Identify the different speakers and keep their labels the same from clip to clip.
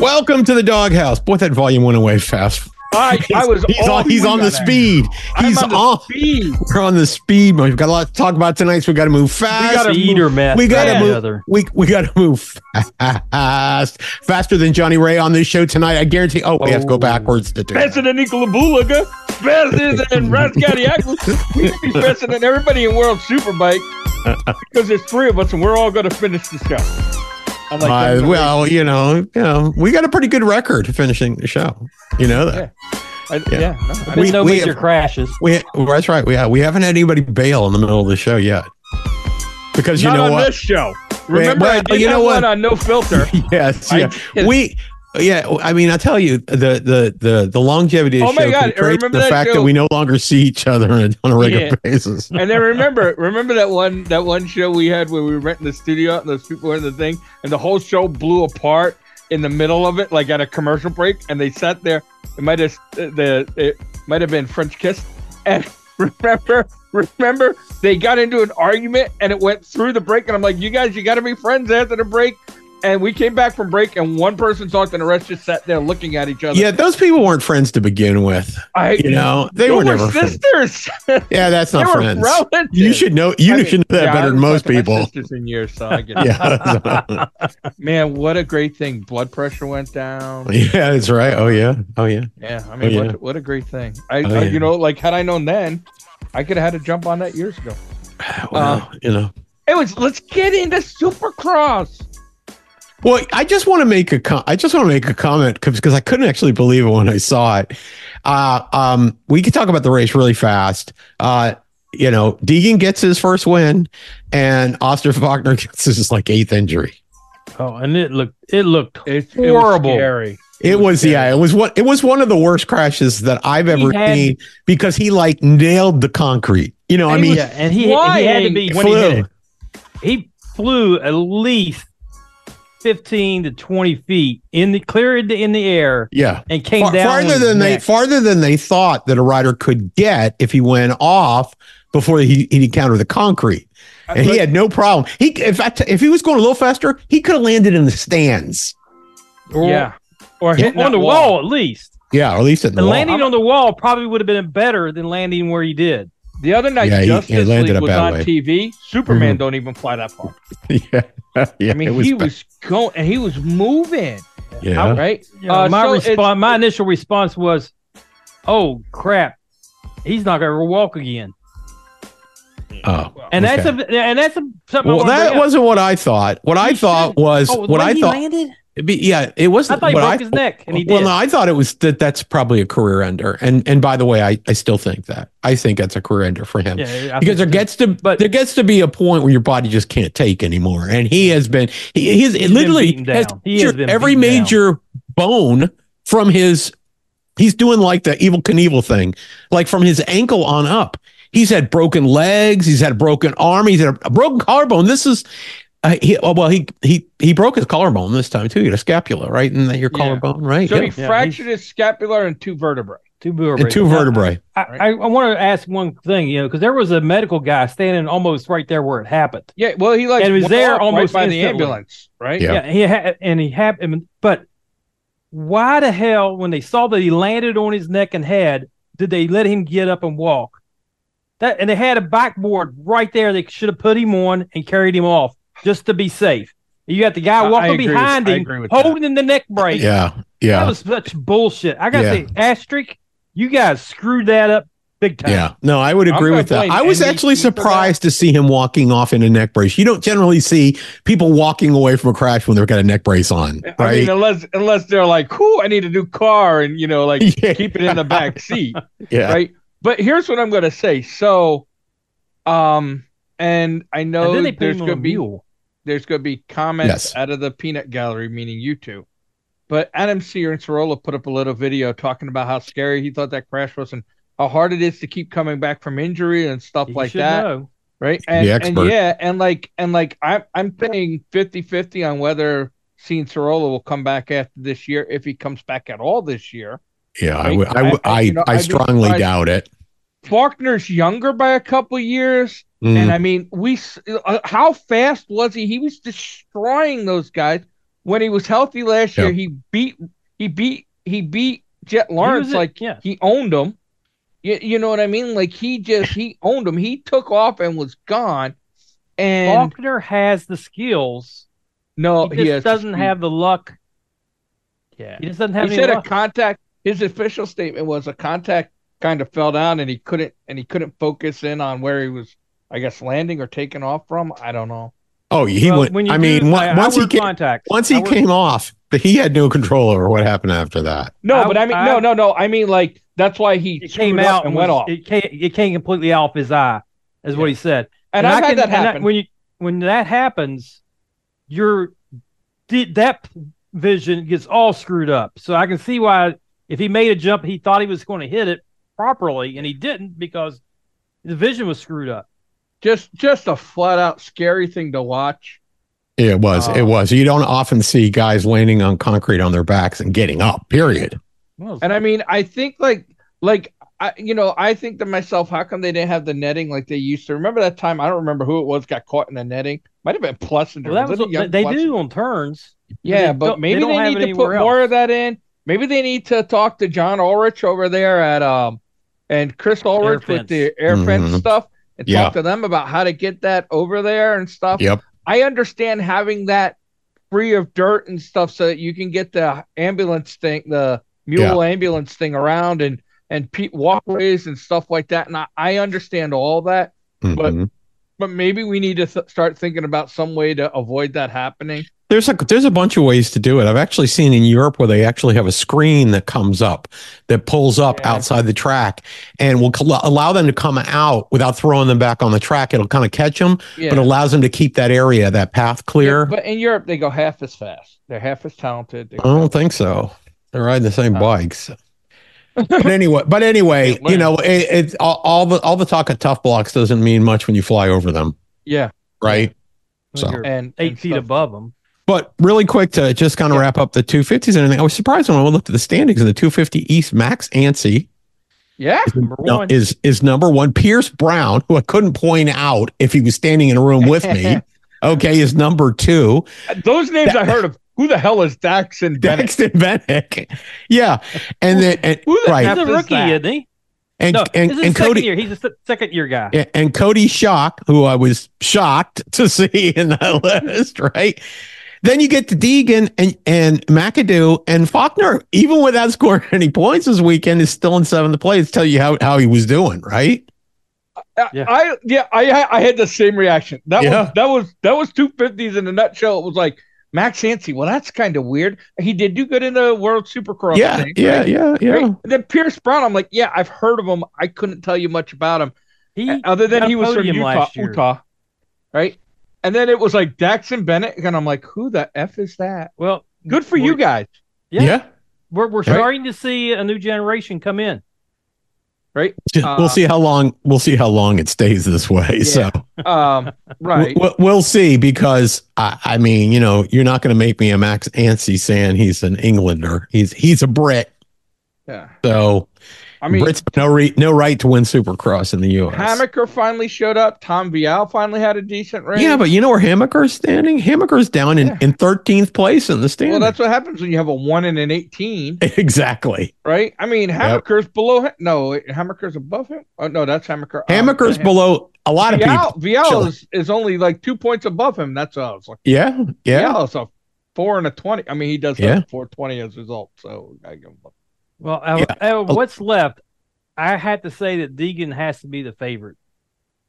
Speaker 1: Welcome to the doghouse. Boy, that volume went away fast.
Speaker 2: I, I was
Speaker 1: He's
Speaker 2: all
Speaker 1: on. He's
Speaker 2: in
Speaker 1: on the
Speaker 2: that.
Speaker 1: speed.
Speaker 2: I'm
Speaker 1: He's
Speaker 2: on the
Speaker 1: on.
Speaker 2: speed.
Speaker 1: We're on the speed. We've got a lot to talk about tonight, so we got to move fast.
Speaker 2: gotta
Speaker 3: Speed or meth.
Speaker 1: we gotta
Speaker 3: right
Speaker 1: move.
Speaker 3: Together.
Speaker 1: We we gotta move fast, faster than Johnny Ray on this show tonight. I guarantee. Oh, we have to go
Speaker 3: Oh.
Speaker 1: backwards to do.
Speaker 2: Faster
Speaker 1: that.
Speaker 2: than Nikola Bulaga, faster than Rascatiakis. We could be faster than everybody in World Superbike because there's three of us and we're all going to finish the show. I'm like,
Speaker 1: Uh,
Speaker 2: I'm
Speaker 1: well, you know, you know, we got a pretty good record finishing the show. You know that.
Speaker 2: Yeah. I,
Speaker 1: yeah.
Speaker 2: yeah. no, I-
Speaker 1: We-
Speaker 3: There's no
Speaker 1: we
Speaker 3: major
Speaker 1: have-
Speaker 3: crashes.
Speaker 1: We well, that's right. We we haven't had anybody bail in the middle of the show yet. Because you
Speaker 2: not
Speaker 1: know
Speaker 2: on
Speaker 1: what?
Speaker 2: this show.
Speaker 1: Wait,
Speaker 2: Remember, I
Speaker 1: well,
Speaker 2: did
Speaker 1: you know
Speaker 2: have
Speaker 1: what?
Speaker 2: one on No Filter.
Speaker 1: yes,
Speaker 2: I
Speaker 1: yeah.
Speaker 2: did.
Speaker 1: we yeah. I mean, I tell you, the the the the longevity of the
Speaker 2: Oh my
Speaker 1: show
Speaker 2: God,
Speaker 1: can
Speaker 2: I
Speaker 1: trace
Speaker 2: remember
Speaker 1: the
Speaker 2: that
Speaker 1: fact that
Speaker 2: show.
Speaker 1: we no longer see each other on a, on a regular
Speaker 2: Yeah.
Speaker 1: basis.
Speaker 2: And then remember, remember that one that one show we had where we were renting the studio out and those people were in the thing, and the whole show blew apart in the middle of it, like at a commercial break, and they sat there. It might have uh, the it might have been French Kiss, and remember, remember they got into an argument and it went through the break, and I'm like, you guys, you got to be friends after the break. And we came back from break, and one person talked, and the rest just sat there looking at each other.
Speaker 1: Yeah, those people weren't friends to begin with.
Speaker 2: I,
Speaker 1: You know, they
Speaker 2: They
Speaker 1: were
Speaker 2: were
Speaker 1: never friends.
Speaker 2: sisters.
Speaker 1: Yeah, that's
Speaker 2: they
Speaker 1: not
Speaker 2: were
Speaker 1: friends.
Speaker 2: relatives.
Speaker 1: You should know. You
Speaker 2: I mean,
Speaker 1: should know that
Speaker 2: yeah, I
Speaker 1: better than
Speaker 2: haven't
Speaker 1: most
Speaker 2: talked to my
Speaker 1: people.
Speaker 2: sisters in years, so I get it.
Speaker 1: Yeah,
Speaker 2: Man, what a great thing. Blood pressure went down.
Speaker 1: yeah, that's right. Oh yeah, oh yeah.
Speaker 2: Yeah, I mean,
Speaker 1: Oh, yeah.
Speaker 2: What, what a great thing. I,
Speaker 1: Oh,
Speaker 2: I-
Speaker 1: yeah.
Speaker 2: you know, like had I known then, I could have had a jump on that years ago. Uh,
Speaker 1: Wow, you know.
Speaker 2: Anyways, let's get into Supercross.
Speaker 1: Well, I just want to make a com- I just want to make a comment because I couldn't actually believe it when I saw it. Uh, um, we could talk about the race really fast. Uh, you know, Deegan gets his first win, and Oster Faulkner gets his like eighth injury.
Speaker 3: Oh, and it looked it looked
Speaker 2: It's
Speaker 3: Horrible.
Speaker 2: It was scary.
Speaker 1: It was
Speaker 2: scary.
Speaker 1: yeah, it was what it was one of the worst crashes that I've ever
Speaker 3: had-
Speaker 1: seen because he like nailed the concrete. You know, I
Speaker 2: He
Speaker 1: mean,
Speaker 2: was
Speaker 3: yeah, and he, and he had to be
Speaker 1: He
Speaker 3: when he hit
Speaker 1: flew.
Speaker 3: it. He flew at least fifteen to twenty feet in the clear in the, in the air
Speaker 1: yeah.
Speaker 3: and came
Speaker 1: Far-
Speaker 3: down on
Speaker 1: farther
Speaker 3: his
Speaker 1: than they
Speaker 3: neck.
Speaker 1: farther than they thought that a rider could get if he went off before he, he encountered the concrete. And he had no problem. He in fact if he was going a little faster, he could have landed in the stands.
Speaker 3: Or-
Speaker 2: yeah. Or
Speaker 3: or
Speaker 2: hitting
Speaker 3: on
Speaker 2: that
Speaker 3: the wall. at least.
Speaker 1: Yeah, or at least at the
Speaker 3: And landing
Speaker 1: wall.
Speaker 3: on the wall probably would have been better than landing where he did.
Speaker 2: The other night,
Speaker 1: Yeah, he- he
Speaker 2: Justice
Speaker 1: landed
Speaker 2: League
Speaker 1: a
Speaker 2: was
Speaker 1: bad
Speaker 2: on
Speaker 1: way.
Speaker 2: TV. Superman don't even fly that far.
Speaker 1: yeah. yeah.
Speaker 2: I mean,
Speaker 1: it was
Speaker 2: he
Speaker 1: bad.
Speaker 2: was going and he was moving,
Speaker 1: yeah.
Speaker 2: right?
Speaker 3: You know,
Speaker 2: Uh,
Speaker 3: my
Speaker 2: so it's-
Speaker 3: response, my initial response was, "Oh crap, he's not gonna walk again."
Speaker 1: oh.
Speaker 3: And
Speaker 1: okay.
Speaker 3: that's a and that's a something. I
Speaker 1: well,
Speaker 3: wanna bring
Speaker 1: that
Speaker 3: up.
Speaker 1: wasn't what I thought. What I
Speaker 3: He
Speaker 1: thought
Speaker 3: said-
Speaker 1: was
Speaker 3: Oh, the
Speaker 1: what
Speaker 3: way
Speaker 1: I
Speaker 3: he
Speaker 1: thought.
Speaker 3: landed.
Speaker 1: it'd be- Yeah, it
Speaker 3: I
Speaker 1: wasn't.
Speaker 3: thought he
Speaker 1: what
Speaker 3: broke
Speaker 1: I-
Speaker 3: his neck, and he
Speaker 1: well,
Speaker 3: did.
Speaker 1: no, I thought it was that. That's probably a career ender, and and by the way, I, I still think that. I think that's a career ender for him.
Speaker 3: yeah, I
Speaker 1: because there
Speaker 3: think so.
Speaker 1: gets to
Speaker 3: But-
Speaker 1: there gets to be a point where your body just can't take anymore and he has been he, he's,
Speaker 3: He's been
Speaker 1: literally
Speaker 3: beaten
Speaker 1: has
Speaker 3: down. He has
Speaker 1: injured
Speaker 3: been
Speaker 1: every
Speaker 3: beaten down.
Speaker 1: major bone from his he's doing like the evil Knievel thing like from his ankle on up he's had broken legs he's had a broken arm he's had a, a broken collarbone this is uh, he, oh, well he he he broke his collarbone this time too he had a scapula right and your
Speaker 2: Yeah.
Speaker 1: collarbone right
Speaker 2: So
Speaker 1: Yeah.
Speaker 2: he
Speaker 3: Yeah,
Speaker 2: fractured his scapular and two vertebrae.
Speaker 3: two vertebrae.
Speaker 1: and two vertebrae
Speaker 3: I, I, I want to ask one thing, you know, because there was a medical guy standing almost right there where it happened.
Speaker 2: Yeah, well, he like
Speaker 3: And he was
Speaker 2: went
Speaker 3: there
Speaker 2: off
Speaker 3: almost
Speaker 2: right by the
Speaker 3: instantly.
Speaker 2: ambulance, right?
Speaker 1: Yeah.
Speaker 3: he had, and he happened, but why the hell, when they saw that he landed on his neck and head, did they let him get up and walk? That and they had a backboard right there. They should have put him on and carried him off just to be safe. You got the
Speaker 2: I-
Speaker 3: guy
Speaker 2: I
Speaker 3: walking
Speaker 2: agree with-
Speaker 3: behind
Speaker 2: I
Speaker 3: him,
Speaker 2: agree with that.
Speaker 3: holding the neck brace.
Speaker 1: yeah yeah
Speaker 3: That was such bullshit. I gotta
Speaker 1: Yeah.
Speaker 3: say, asterisk, you guys screwed that up big time.
Speaker 1: Yeah, no, I would
Speaker 2: I'm
Speaker 1: agree
Speaker 2: gonna
Speaker 1: with that.
Speaker 2: blame
Speaker 1: I was
Speaker 2: NBC
Speaker 1: actually
Speaker 2: for that.
Speaker 1: surprised to see him walking off in a neck brace. You don't generally see people walking away from a crash when they've got a neck brace on,
Speaker 2: I
Speaker 1: right?
Speaker 2: mean, uh, unless unless they're like, "Whoo, I need a new car," and you know, like
Speaker 1: Yeah.
Speaker 2: keep it in the back seat,
Speaker 1: yeah,
Speaker 2: right? But here's what I'm gonna say. So, um, and I know
Speaker 3: And then they put
Speaker 2: there's
Speaker 3: him on
Speaker 2: gonna
Speaker 3: a
Speaker 2: be
Speaker 3: mule.
Speaker 2: there's gonna be comments
Speaker 1: Yes.
Speaker 2: out of the peanut gallery, meaning you two. But Adam Sear and Sorolla put up a little video talking about how scary he thought that crash was and how hard it is to keep coming back from injury and stuff
Speaker 3: You
Speaker 2: like
Speaker 3: should
Speaker 2: that.
Speaker 3: know.
Speaker 2: right
Speaker 1: The
Speaker 2: and,
Speaker 1: expert.
Speaker 2: and yeah and like and like i'm i'm paying 50 50 on whether Sean Sorolla will come back after this year if he comes back at all this year
Speaker 1: yeah. I
Speaker 2: Right.
Speaker 1: would- I, would-
Speaker 2: I- I-
Speaker 1: I,
Speaker 2: you know,
Speaker 1: I
Speaker 2: I'd be
Speaker 1: strongly
Speaker 2: surprised.
Speaker 1: doubt it.
Speaker 2: faulkner's younger by a couple years
Speaker 1: Mm.
Speaker 2: uh, and i mean we s- uh, how fast was he he was destroying those guys when he was healthy last
Speaker 1: Yeah.
Speaker 2: year, he beat he beat he beat Jet
Speaker 3: He was
Speaker 2: Lawrence
Speaker 3: a-
Speaker 2: like
Speaker 3: yeah.
Speaker 2: he owned him. You, you know what I mean? Like he just he owned him. He took off and was gone. And
Speaker 3: Faulkner has the skills.
Speaker 2: no,
Speaker 3: he just
Speaker 2: has-
Speaker 3: doesn't have the luck.
Speaker 4: Yeah.
Speaker 3: He just doesn't have
Speaker 2: he
Speaker 3: any
Speaker 2: said a
Speaker 3: luck.
Speaker 2: contact. His official statement was a contact kind of fell down, and he couldn't and he couldn't focus in on where he was. I guess landing or taking off from. I don't know.
Speaker 1: Oh, he
Speaker 3: Well,
Speaker 1: went.
Speaker 3: when you
Speaker 1: I
Speaker 3: do
Speaker 1: mean,
Speaker 3: the
Speaker 1: on- once he
Speaker 3: outward
Speaker 1: came,
Speaker 3: contact,
Speaker 1: once he
Speaker 3: outward-
Speaker 1: came off, he had no control over what happened after that.
Speaker 2: No,
Speaker 3: I-
Speaker 2: but I mean,
Speaker 3: I-
Speaker 2: no, no, no. I mean, like that's why he
Speaker 3: it
Speaker 2: screwed
Speaker 3: came
Speaker 2: up
Speaker 3: out
Speaker 2: and went
Speaker 3: was-
Speaker 2: off.
Speaker 3: It came, it came completely off his eye, is what he said.
Speaker 2: and, I've had
Speaker 3: I can-
Speaker 2: that
Speaker 3: and I-
Speaker 2: happen.
Speaker 3: when you when that happens, your de- depth vision gets all screwed up. So I can see why if he made a jump, he thought he was going to hit it properly, and he didn't because the vision was screwed up.
Speaker 2: just just a flat out scary thing to watch.
Speaker 1: It was.
Speaker 2: Oh.
Speaker 1: it was. You don't often see guys landing on concrete on their backs and getting up. Period.
Speaker 3: Well,
Speaker 2: And I mean, I think like like I you know, I think to myself, how come they didn't have the netting like they used to? Remember that time? I don't remember who it was got caught in the netting. Might have been Plessinger.
Speaker 3: well, that was
Speaker 2: it
Speaker 3: what
Speaker 2: young
Speaker 3: they
Speaker 2: Plessinger?
Speaker 3: do on turns.
Speaker 2: Yeah,
Speaker 3: they
Speaker 2: but
Speaker 3: don't- they
Speaker 2: maybe they,
Speaker 3: don't have
Speaker 2: need
Speaker 3: it
Speaker 2: to put
Speaker 3: anywhere
Speaker 2: more
Speaker 3: else.
Speaker 2: of that in. Maybe they need to talk to John Ulrich over there at um and Chris Ulrich with
Speaker 3: fence.
Speaker 2: the air fence
Speaker 1: Mhm.
Speaker 2: stuff and
Speaker 1: Yeah.
Speaker 2: talk to them about how to get that over there and stuff.
Speaker 1: Yep.
Speaker 2: I understand having that free of dirt and stuff so that you can get the ambulance thing, the mule ambulance thing around and and pe- walkways and stuff like that. And I, I understand all that, But-
Speaker 1: Mhm.
Speaker 2: but maybe we need to th- start thinking about some way to avoid that happening.
Speaker 1: There's a there's a bunch of ways to do it. I've actually seen in Europe where they actually have a screen that comes up that pulls up
Speaker 2: Yeah.
Speaker 1: outside the track and will col- allow them to come out without throwing them back on the track. It'll kind of catch them,
Speaker 2: Yeah.
Speaker 1: but allows them to keep that area, that path clear.
Speaker 2: Yeah, but in Europe, they go half as fast. They're half as talented. They go
Speaker 1: I don't
Speaker 2: half-
Speaker 1: think so. They're riding the same
Speaker 2: Oh.
Speaker 1: bikes. but anyway, but anyway,
Speaker 2: Can't
Speaker 1: you know, it, it all, all the all the talk of tough blocks doesn't mean much when you fly over them,
Speaker 2: yeah,
Speaker 1: right? So-
Speaker 3: You're
Speaker 2: and
Speaker 3: eight
Speaker 2: and
Speaker 3: feet
Speaker 2: stuff.
Speaker 3: above them. But
Speaker 1: But really quick to just kind of
Speaker 2: Yeah.
Speaker 1: wrap up the 250s and everything. I was surprised when I looked at the standings of the 250 East. Max Ansi
Speaker 2: Yeah,
Speaker 1: is
Speaker 3: Number
Speaker 1: no,
Speaker 3: one.
Speaker 1: is is number one. Pierce Brown, who I couldn't point out if he was standing in a room with me, okay, is number two.
Speaker 2: those names I heard of. Who the hell is Dax and Bennett?
Speaker 1: Daxton Bennett. Yeah. And then and,
Speaker 2: Who the
Speaker 1: right.
Speaker 2: heck
Speaker 3: He's a
Speaker 2: is
Speaker 3: rookie,
Speaker 2: that?
Speaker 3: isn't he?
Speaker 1: and,
Speaker 3: No,
Speaker 1: and,
Speaker 3: this is
Speaker 1: and
Speaker 3: his second
Speaker 1: Cody
Speaker 3: year. He's a se- second year guy.
Speaker 1: and, and Cody Shock, who I was shocked to see in that list, right? Then you get to Deegan and and McAdoo and Faulkner, even without scoring any points this weekend, is still in seventh place. Tell you how, how he was doing, right?
Speaker 2: I-
Speaker 3: Yeah.
Speaker 2: Uh, I yeah, I ha- I had the same reaction. That
Speaker 1: Yeah.
Speaker 2: was that was that was two fifties in a nutshell. It was like Max Hansi. Well, that's kind of weird. He did do good in the World Supercross.
Speaker 1: Yeah,
Speaker 2: thing,
Speaker 1: yeah,
Speaker 2: right?
Speaker 1: yeah, yeah,
Speaker 2: Right? And then Pierce Brown. I'm like, yeah, I've heard of him. I couldn't tell you much about him
Speaker 3: He
Speaker 1: Uh,
Speaker 2: other than
Speaker 3: got
Speaker 2: he
Speaker 3: a
Speaker 2: was from
Speaker 3: podium
Speaker 2: Utah,
Speaker 3: last year.
Speaker 2: Utah, right? And then it was like Dax and Bennett, and I'm like, who the f is that?
Speaker 3: well.
Speaker 2: Good for
Speaker 3: we're-
Speaker 2: you guys,
Speaker 1: yeah.
Speaker 3: Yeah. We're we're starting to see a new generation come in.
Speaker 2: right? Uh,
Speaker 1: we'll see how long we'll see how long it stays this way. So
Speaker 2: Um, right.
Speaker 1: We'll, we'll see because I, I mean, you know, you're not going to make me a Max Ansi saying he's an Englander. He's he's a Brit,
Speaker 2: Yeah.
Speaker 1: so
Speaker 2: I mean,
Speaker 1: Brits have no re, no right to win Supercross in the U.S.
Speaker 2: Hamaker finally showed up. Tom Vial finally had a decent race.
Speaker 1: yeah, but you know where Hamaker's standing? Hamaker's down in,
Speaker 2: Yeah.
Speaker 1: in 13th place in the
Speaker 2: well,
Speaker 1: standings.
Speaker 2: that's what happens when you have a one and an eighteen,
Speaker 1: exactly.
Speaker 2: right? I mean, Hamaker's below him. No, wait, Hamaker's above him. Oh no, that's Hamaker. Um,
Speaker 1: Hamaker's below a lot of
Speaker 2: Vial,
Speaker 1: people.
Speaker 2: Vial
Speaker 1: actually.
Speaker 2: is, is only like two points above him. That's what I was like.
Speaker 1: Yeah, yeah,
Speaker 2: Vial is a four and a twenty. I mean, he does have
Speaker 1: Yeah.
Speaker 2: a four twenty as a result. So I give him a
Speaker 3: Well, uh, uh,
Speaker 1: Oh.
Speaker 3: what's left? I had to say that Deegan has to be the favorite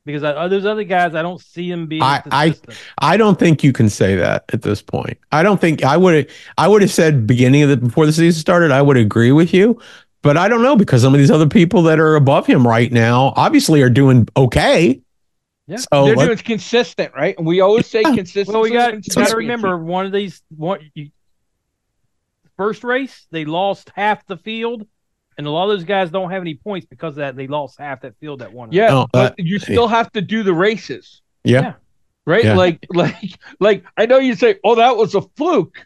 Speaker 3: because I, uh, those other guys, I don't see him being
Speaker 1: I- I-
Speaker 3: consistent.
Speaker 1: I don't think you can say that at this point. I don't think I would. I would have said beginning of the before the season started. I would agree with you, but I don't know because some of these other people that are above him right now obviously are doing okay.
Speaker 3: Yeah.
Speaker 1: So
Speaker 2: They're
Speaker 1: let-
Speaker 2: doing consistent, right? And we always say
Speaker 1: Yeah.
Speaker 2: consistent.
Speaker 3: well, we got got to remember one of these one you, first race they lost half the field, and a lot of those guys don't have any points because of that they lost half that field that one.
Speaker 2: Yeah,
Speaker 1: No,
Speaker 2: but you still have to do the races,
Speaker 1: Oh, uh, yeah,
Speaker 2: right?
Speaker 1: Yeah.
Speaker 2: Like, like, like. I know you say, "Oh, that was a fluke,"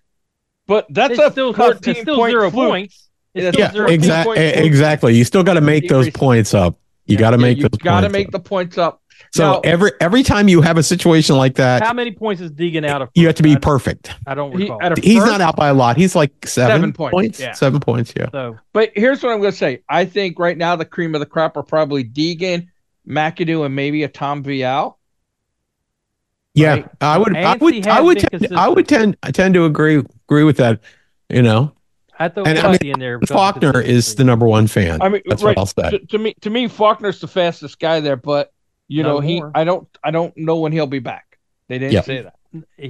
Speaker 2: but that's
Speaker 3: It's
Speaker 2: a
Speaker 3: still cost- it's
Speaker 2: fourteen
Speaker 3: still
Speaker 2: point
Speaker 3: zero
Speaker 2: fluke.
Speaker 3: points. It's
Speaker 2: Yeah,
Speaker 3: still
Speaker 1: yeah, e-,
Speaker 3: zero
Speaker 2: exact-
Speaker 3: points.
Speaker 2: point
Speaker 1: exactly.
Speaker 2: proof.
Speaker 1: Exactly. You still got to make those
Speaker 2: Decrease.
Speaker 1: points up. You got to
Speaker 2: Yeah,
Speaker 1: make
Speaker 2: you
Speaker 1: those
Speaker 2: gotta
Speaker 1: points
Speaker 2: make
Speaker 1: up.
Speaker 2: the points up.
Speaker 1: so
Speaker 2: now-
Speaker 1: every every time you have a situation like
Speaker 3: How
Speaker 1: that,
Speaker 3: many points is Deegan out of?
Speaker 1: you have to be
Speaker 3: I,
Speaker 1: perfect.
Speaker 3: I don't
Speaker 2: He-
Speaker 3: recall.
Speaker 2: at a
Speaker 1: He's
Speaker 2: first-
Speaker 1: not out by a lot. He's like seven,
Speaker 2: Seven points,
Speaker 3: yeah.
Speaker 1: Seven points. Yeah.
Speaker 3: so
Speaker 2: But here's what I'm going to say. I think right now the cream of the crop are probably Deegan, McAdoo, and maybe a Tom Vial.
Speaker 1: Yeah,
Speaker 2: Right.
Speaker 1: I would, I
Speaker 3: Nancy
Speaker 1: would, I
Speaker 3: has
Speaker 1: would,
Speaker 3: been
Speaker 1: tend, I would tend, I tend to agree agree with that. You know,
Speaker 3: I throw
Speaker 1: And I
Speaker 3: Buddy in there. because of
Speaker 1: Faulkner is
Speaker 3: consistency.
Speaker 1: the number one fan.
Speaker 2: I mean,
Speaker 1: That's
Speaker 2: right,
Speaker 1: what I'll say.
Speaker 2: to, to me, to me, Faulkner's the fastest guy there. But you
Speaker 3: No
Speaker 2: know, he,
Speaker 3: more.
Speaker 2: I don't, I don't know when he'll be back. They didn't
Speaker 1: Yeah.
Speaker 2: say that.
Speaker 3: He-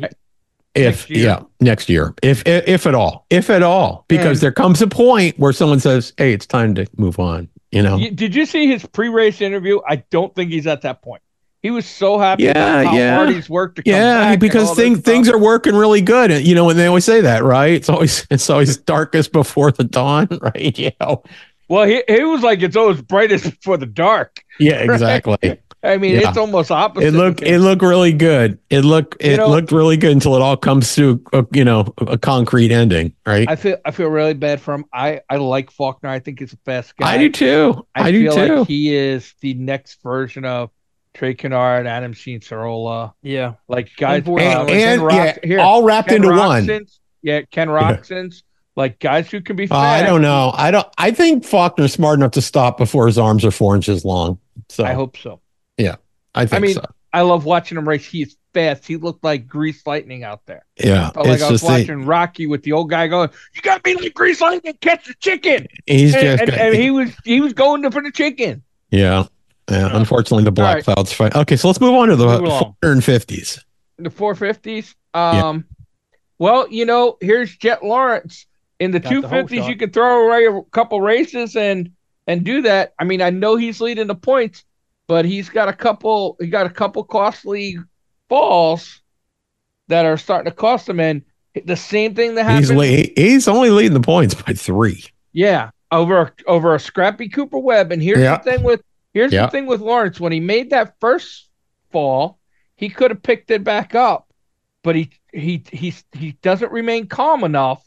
Speaker 1: If
Speaker 3: next year.
Speaker 1: yeah, next year, if, if if at all, if at all, because
Speaker 2: And-
Speaker 1: there comes a point where someone says, "Hey, it's time to move on." You know.
Speaker 2: You- did you see his pre-race interview? I don't think he's at that point. He was so happy.
Speaker 1: Yeah,
Speaker 2: about how
Speaker 1: yeah.
Speaker 2: Hard he's worked. To come back
Speaker 1: Yeah,
Speaker 2: and
Speaker 1: because
Speaker 2: all this
Speaker 1: things
Speaker 2: stuff.
Speaker 1: things are working really good, and you know, and they always say that, right? It's always it's always darkest before the dawn, right? Yeah,
Speaker 2: Well, he, he was like it's always brightest before the dark.
Speaker 1: yeah, exactly.
Speaker 2: I mean,
Speaker 1: Yeah.
Speaker 2: it's almost opposite.
Speaker 1: It looked
Speaker 2: with him.
Speaker 1: it looked really good. It looked
Speaker 2: You
Speaker 1: it
Speaker 2: know-
Speaker 1: looked really good until it all comes to a, you know a concrete ending, right?
Speaker 2: I
Speaker 1: I,
Speaker 2: feel I feel really bad for him. I I like Faulkner. I think he's a fast guy.
Speaker 1: do too. I, do
Speaker 2: feel
Speaker 1: too.
Speaker 2: like he is the next version of Trey Kennard, Adam Sheen Sorola,
Speaker 3: yeah.
Speaker 2: like guys.
Speaker 3: Unfortunately.
Speaker 2: uh,
Speaker 1: and
Speaker 2: Ken
Speaker 1: and,
Speaker 2: Rox-
Speaker 1: yeah,
Speaker 2: here,
Speaker 1: all wrapped
Speaker 2: Ken
Speaker 1: into one.
Speaker 2: Roxon's- Yeah, Ken Roxon's, like guys who can be
Speaker 1: Uh,
Speaker 2: fast.
Speaker 1: I don't know. I don't. I think Faulkner's smart enough to stop before his arms are four inches long. So
Speaker 2: I
Speaker 1: I,
Speaker 2: hope so.
Speaker 1: think
Speaker 2: I mean-
Speaker 1: so.
Speaker 2: I love watching him race. He's fast. He looked like Grease Lightning out there.
Speaker 1: Yeah,
Speaker 2: Felt
Speaker 1: it's
Speaker 2: like I was
Speaker 1: just that
Speaker 2: watching Rocky with the old guy going, "You gotta be like Grease Lightning, catch the chicken."
Speaker 1: he's
Speaker 2: And,
Speaker 1: just
Speaker 2: and,
Speaker 1: got-
Speaker 2: and he was he was going to for the chicken.
Speaker 1: Yeah. Yeah, unfortunately, the black
Speaker 2: right.
Speaker 1: clouds fight. Okay, so let's move on to the
Speaker 3: Move along.
Speaker 1: 450s.
Speaker 2: the 450s. Um, well, you know, here's Jet Lawrence in the
Speaker 3: Got the whole
Speaker 2: 250s.
Speaker 3: shot.
Speaker 2: you can throw away a couple races and and do that. I mean, I know he's leading the points, but he's got a couple. He got a couple costly falls that are starting to cost him. And the same thing that happened.
Speaker 1: He's le- he- he's only leading the points by three.
Speaker 2: Yeah, over over a scrappy Cooper Webb. And here's
Speaker 1: Yeah.
Speaker 2: the thing with here's
Speaker 1: Yeah.
Speaker 2: the thing with Lawrence. When he made that first fall, he could have picked it back up, but he he he he doesn't remain calm enough.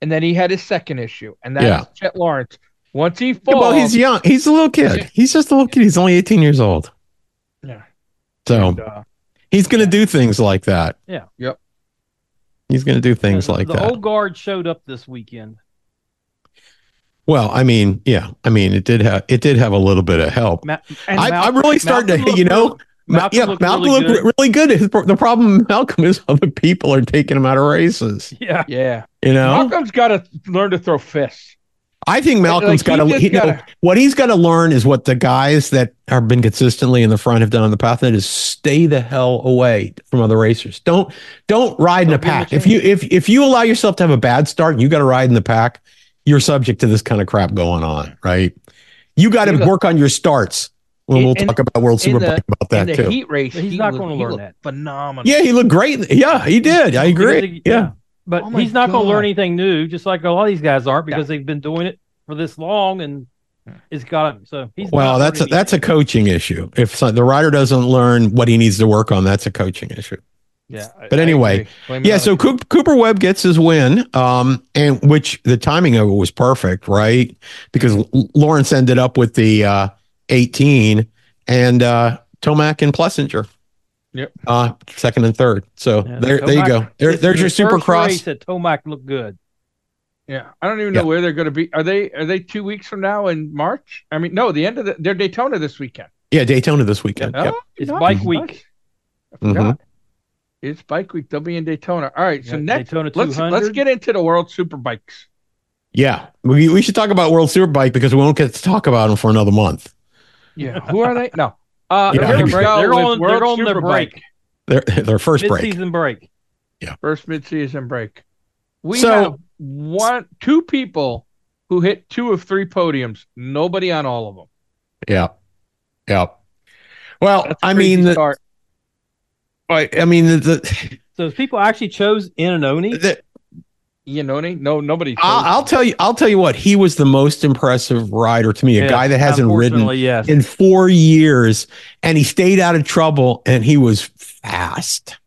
Speaker 2: And then he had his second issue, and that's
Speaker 1: Yeah.
Speaker 2: Chet Lawrence. Once he
Speaker 1: Yeah,
Speaker 2: falls,
Speaker 1: Well, he's young. He's a little kid. He's just a little kid. He's only 18 years old.
Speaker 2: Yeah.
Speaker 1: So
Speaker 2: and, uh,
Speaker 1: he's going to do things like that.
Speaker 3: Yeah.
Speaker 2: Yep.
Speaker 1: He's going to do things
Speaker 3: the,
Speaker 1: like
Speaker 3: the
Speaker 1: that.
Speaker 3: old guard showed up this weekend.
Speaker 1: well, I mean, yeah. I mean, it did have it did have a little bit of help.
Speaker 3: Ma- and
Speaker 1: I,
Speaker 3: Mal-
Speaker 1: I'm really starting
Speaker 3: Malcolm
Speaker 1: to, you
Speaker 3: looked
Speaker 1: know,
Speaker 3: really-
Speaker 1: Ma-
Speaker 3: Malcolm
Speaker 1: yeah,
Speaker 3: looked
Speaker 1: Malcolm
Speaker 3: really
Speaker 1: looked re- really good. His, pro- the problem, with Malcolm, is other people are taking him out of races.
Speaker 3: yeah.
Speaker 2: yeah,
Speaker 1: You know,
Speaker 2: Malcolm's got to learn to throw fists.
Speaker 1: I think Malcolm's
Speaker 2: Like, he
Speaker 1: got to.
Speaker 2: just
Speaker 1: You know,
Speaker 2: gotta-
Speaker 1: what he's got to learn is what the guys that have been consistently in the front have done on the path. That is, stay the hell away from other racers. Don't don't ride in a
Speaker 3: Don't give them a
Speaker 1: pack. If you if if you allow yourself to have a bad start, you got to ride in the pack. You're subject to this kind of crap going on, right? You got
Speaker 2: In
Speaker 1: to
Speaker 2: the-
Speaker 1: work on your starts. Well,
Speaker 2: In-
Speaker 1: we'll
Speaker 2: in-
Speaker 1: talk about World
Speaker 2: in the-
Speaker 1: Superbike about
Speaker 2: In
Speaker 1: that
Speaker 2: the
Speaker 1: too.
Speaker 2: heat race,
Speaker 3: But he's
Speaker 2: he
Speaker 3: not
Speaker 2: was-
Speaker 3: gonna
Speaker 2: he
Speaker 3: learn
Speaker 2: looked
Speaker 3: that.
Speaker 2: Phenomenal.
Speaker 1: yeah, he looked great. Yeah, he did. I agree.
Speaker 3: Because they-
Speaker 1: Yeah,
Speaker 3: But
Speaker 2: Oh my
Speaker 3: he's not going
Speaker 2: God.
Speaker 3: to learn anything new, just like a lot of these guys aren't, because they've been doing it for this long and it's got him. So he's
Speaker 1: well, that's a, that's a coaching issue. If so, the rider doesn't learn what he needs to work on, that's a coaching issue.
Speaker 2: yeah. I-
Speaker 1: But
Speaker 2: I
Speaker 1: anyway,
Speaker 2: agree. Blame it
Speaker 1: Yeah,
Speaker 2: on
Speaker 1: so
Speaker 2: the-
Speaker 1: Coop, Cooper Webb gets his win, um, and which the timing of it was perfect, right? Because L- Lawrence ended up with the uh, 18, and uh, Tomac and Plessinger,
Speaker 2: Yep.
Speaker 1: uh, second and third. So
Speaker 3: Yeah,
Speaker 1: there, there you
Speaker 3: Tomac-
Speaker 1: go. There, there's your Supercross.
Speaker 3: That Tomac looked good.
Speaker 2: Yeah, I don't even
Speaker 1: Yeah.
Speaker 2: know where they're going to be. Are they are they two weeks from now in March? I mean, no, the end of the, they're Daytona this weekend.
Speaker 1: Yeah, Daytona this weekend. Uh, Yep. Mm-hmm.
Speaker 2: Oh,
Speaker 3: It's
Speaker 2: nice,
Speaker 3: bike
Speaker 2: nice.
Speaker 3: week.
Speaker 2: I forgot. It's bike week. They'll be in Daytona. All right, so
Speaker 3: Yeah,
Speaker 2: next
Speaker 3: Daytona
Speaker 2: let's
Speaker 3: 200.
Speaker 2: let's get into the World Superbikes.
Speaker 1: Yeah, we, we should talk about World Superbike because we won't get to talk about them for another month.
Speaker 2: Yeah, who are they? No, uh,
Speaker 1: Yeah,
Speaker 2: we're
Speaker 1: I
Speaker 2: gonna
Speaker 1: think so.
Speaker 2: go
Speaker 3: They're
Speaker 2: with
Speaker 3: on-
Speaker 2: World
Speaker 3: they're on their
Speaker 2: Superbike.
Speaker 3: break.
Speaker 1: Their their first break.
Speaker 3: Mid-season break.
Speaker 2: First midseason break. We
Speaker 1: So-
Speaker 2: have one two people who hit two of three podiums. Nobody on all of them.
Speaker 1: Yeah, yeah. Well,
Speaker 2: That's a
Speaker 1: I
Speaker 2: crazy
Speaker 1: mean, the,
Speaker 2: start.
Speaker 1: I, I mean the, the
Speaker 3: So people actually chose Inanoni.
Speaker 1: the
Speaker 2: you know, no, nobody.
Speaker 1: I'll, I'll tell you. I'll tell you what. He was the most impressive rider to me. A
Speaker 3: Yeah,
Speaker 1: guy that hasn't ridden
Speaker 3: Unfortunately, yes.
Speaker 1: in four years, and he stayed out of trouble, and he was fast.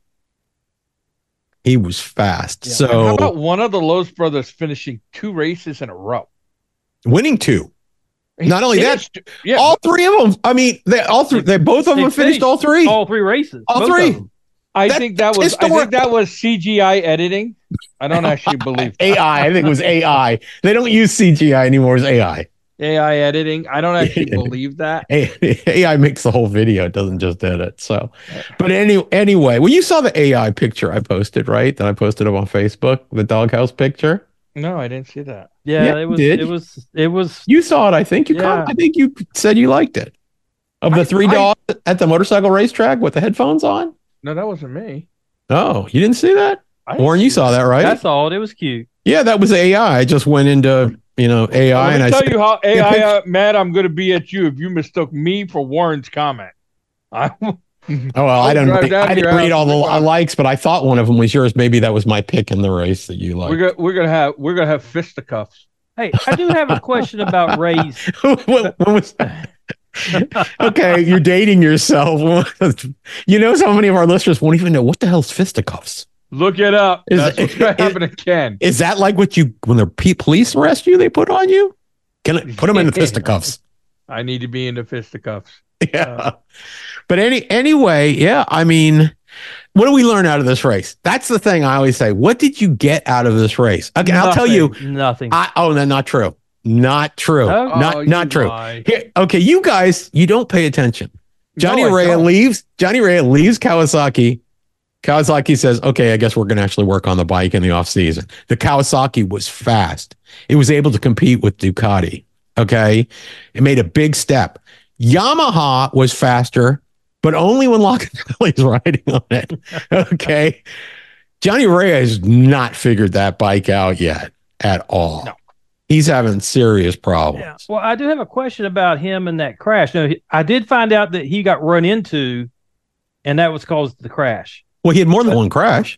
Speaker 1: He was fast.
Speaker 3: Yeah.
Speaker 2: And how
Speaker 1: So
Speaker 2: about one of the Lowe's brothers finishing two races in a row?
Speaker 1: winning two. Not only that,
Speaker 2: Finished- yeah,
Speaker 1: all three of them. I mean, they all three. They both of
Speaker 3: They
Speaker 1: them finished
Speaker 3: finished
Speaker 1: all three.
Speaker 3: all three races.
Speaker 1: All
Speaker 3: both of
Speaker 1: three.
Speaker 3: them.
Speaker 2: I
Speaker 1: that-
Speaker 2: think that was I
Speaker 1: historic-
Speaker 2: think that was CGI editing. I don't actually believe
Speaker 1: AI. I think it was AI. They don't use CGI anymore. It's AI.
Speaker 2: AI editing. I don't actually
Speaker 1: Yeah.
Speaker 2: believe that.
Speaker 1: A- AI makes the whole video. It doesn't just edit. So, but any, anyway, well, you saw the AI picture I posted, right? That I posted up on Facebook, the doghouse picture.
Speaker 2: No, I didn't see that.
Speaker 3: Yeah,
Speaker 1: Yeah,
Speaker 3: it was.
Speaker 1: did.
Speaker 3: It was. It was.
Speaker 1: You saw it, I think. You, com-
Speaker 3: Yeah.
Speaker 1: I think you said you liked it. Of the
Speaker 2: I-
Speaker 1: three
Speaker 2: I-
Speaker 1: dogs at the motorcycle racetrack with the headphones on.
Speaker 2: No, that wasn't me.
Speaker 1: Oh, you didn't see that,
Speaker 2: I didn't
Speaker 1: Warren?
Speaker 2: see
Speaker 1: You saw that, right?
Speaker 3: That's all. It was cute.
Speaker 1: yeah, that was AI. I just went into you know
Speaker 2: Well,
Speaker 1: AI
Speaker 2: Let
Speaker 1: and
Speaker 2: me
Speaker 1: I
Speaker 2: tell
Speaker 1: said,
Speaker 2: you how
Speaker 1: Yeah,
Speaker 2: AI
Speaker 1: pic-
Speaker 2: uh, mad I'm going to be at you if you mistook me for Warren's comment. I,
Speaker 1: "Oh well, I
Speaker 2: I'll
Speaker 1: don't.
Speaker 2: drive
Speaker 1: Read,
Speaker 2: down
Speaker 1: I
Speaker 2: to your
Speaker 1: didn't read
Speaker 2: house
Speaker 1: all the
Speaker 2: and pick
Speaker 1: li-
Speaker 2: up."
Speaker 1: likes, but I thought one of them was yours. Maybe that was my pick in the race that you
Speaker 2: we're
Speaker 1: liked.
Speaker 2: gonna we're gonna have we're gonna have fisticuffs.
Speaker 3: Hey, I do have a question about race.
Speaker 1: when, when was okay, you're dating yourself. you know, so many of our listeners won't even know what the hell's fisticuffs.
Speaker 2: Look it up.
Speaker 1: Is-
Speaker 2: That's what's going to happen to Ken.
Speaker 1: Is that like what you when the pe- police arrest you, they put on you? Can I put them in the fisticuffs?
Speaker 2: I need to be into fisticuffs.
Speaker 1: Yeah. But any anyway, yeah. I mean, what do we learn out of this race? That's the thing I always say. What did you get out of this race? Okay, I'll tell you.
Speaker 3: nothing.
Speaker 1: I oh, no, not true. Not true.
Speaker 3: No?
Speaker 1: Not
Speaker 2: Oh,
Speaker 1: not
Speaker 2: you
Speaker 1: true.
Speaker 2: lie.
Speaker 1: Here, okay, you guys, you don't pay attention. Johnny
Speaker 2: No, I
Speaker 1: Rea
Speaker 2: don't.
Speaker 1: leaves. Johnny Rea leaves Kawasaki. Kawasaki says, "Okay, I guess we're going to actually work on the bike in the off season." The Kawasaki was fast. It was able to compete with Ducati. Okay, it made a big step. Yamaha was faster, but only when Locatelli's riding on it. Okay, Johnny Rea has not figured that bike out yet at all.
Speaker 3: No.
Speaker 1: He's having serious problems.
Speaker 3: Yeah. Well, I do have a question about him and that crash. Now, he- I did find out that he got run into, and that was caused the crash.
Speaker 1: Well, he had more than one crash.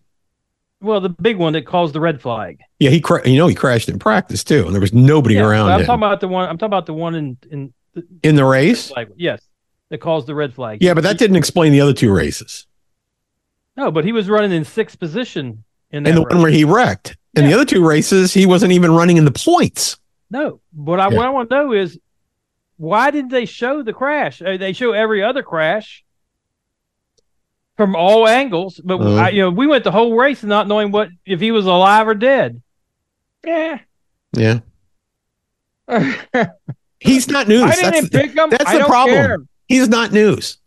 Speaker 3: Well, the big one that caused the red flag.
Speaker 1: Yeah, he cra- you know he crashed in practice too, and there was nobody
Speaker 3: Yeah,
Speaker 1: around
Speaker 3: but I'm
Speaker 1: him.
Speaker 3: talking about the one. I'm talking about the one in in
Speaker 1: in the race.
Speaker 3: like yes, that caused the red flag.
Speaker 1: Yeah, but that didn't explain the other two races
Speaker 3: no. But he was running in sixth position in that.
Speaker 1: and the
Speaker 3: race.
Speaker 1: one where he wrecked. And the
Speaker 3: Yeah.
Speaker 1: other two races, he wasn't even running in the points.
Speaker 3: No, but I, what I want to know is why did they show the crash? Uh, They show every other crash from all angles, but
Speaker 1: Uh-huh.
Speaker 3: I, you know we went the whole race not knowing what if he was alive or dead.
Speaker 2: Yeah.
Speaker 1: Yeah,
Speaker 2: I
Speaker 1: he's not news. That's,
Speaker 2: didn't pick him.
Speaker 1: that's
Speaker 2: I
Speaker 1: the
Speaker 2: don't
Speaker 1: problem.
Speaker 2: care.
Speaker 1: he's not news.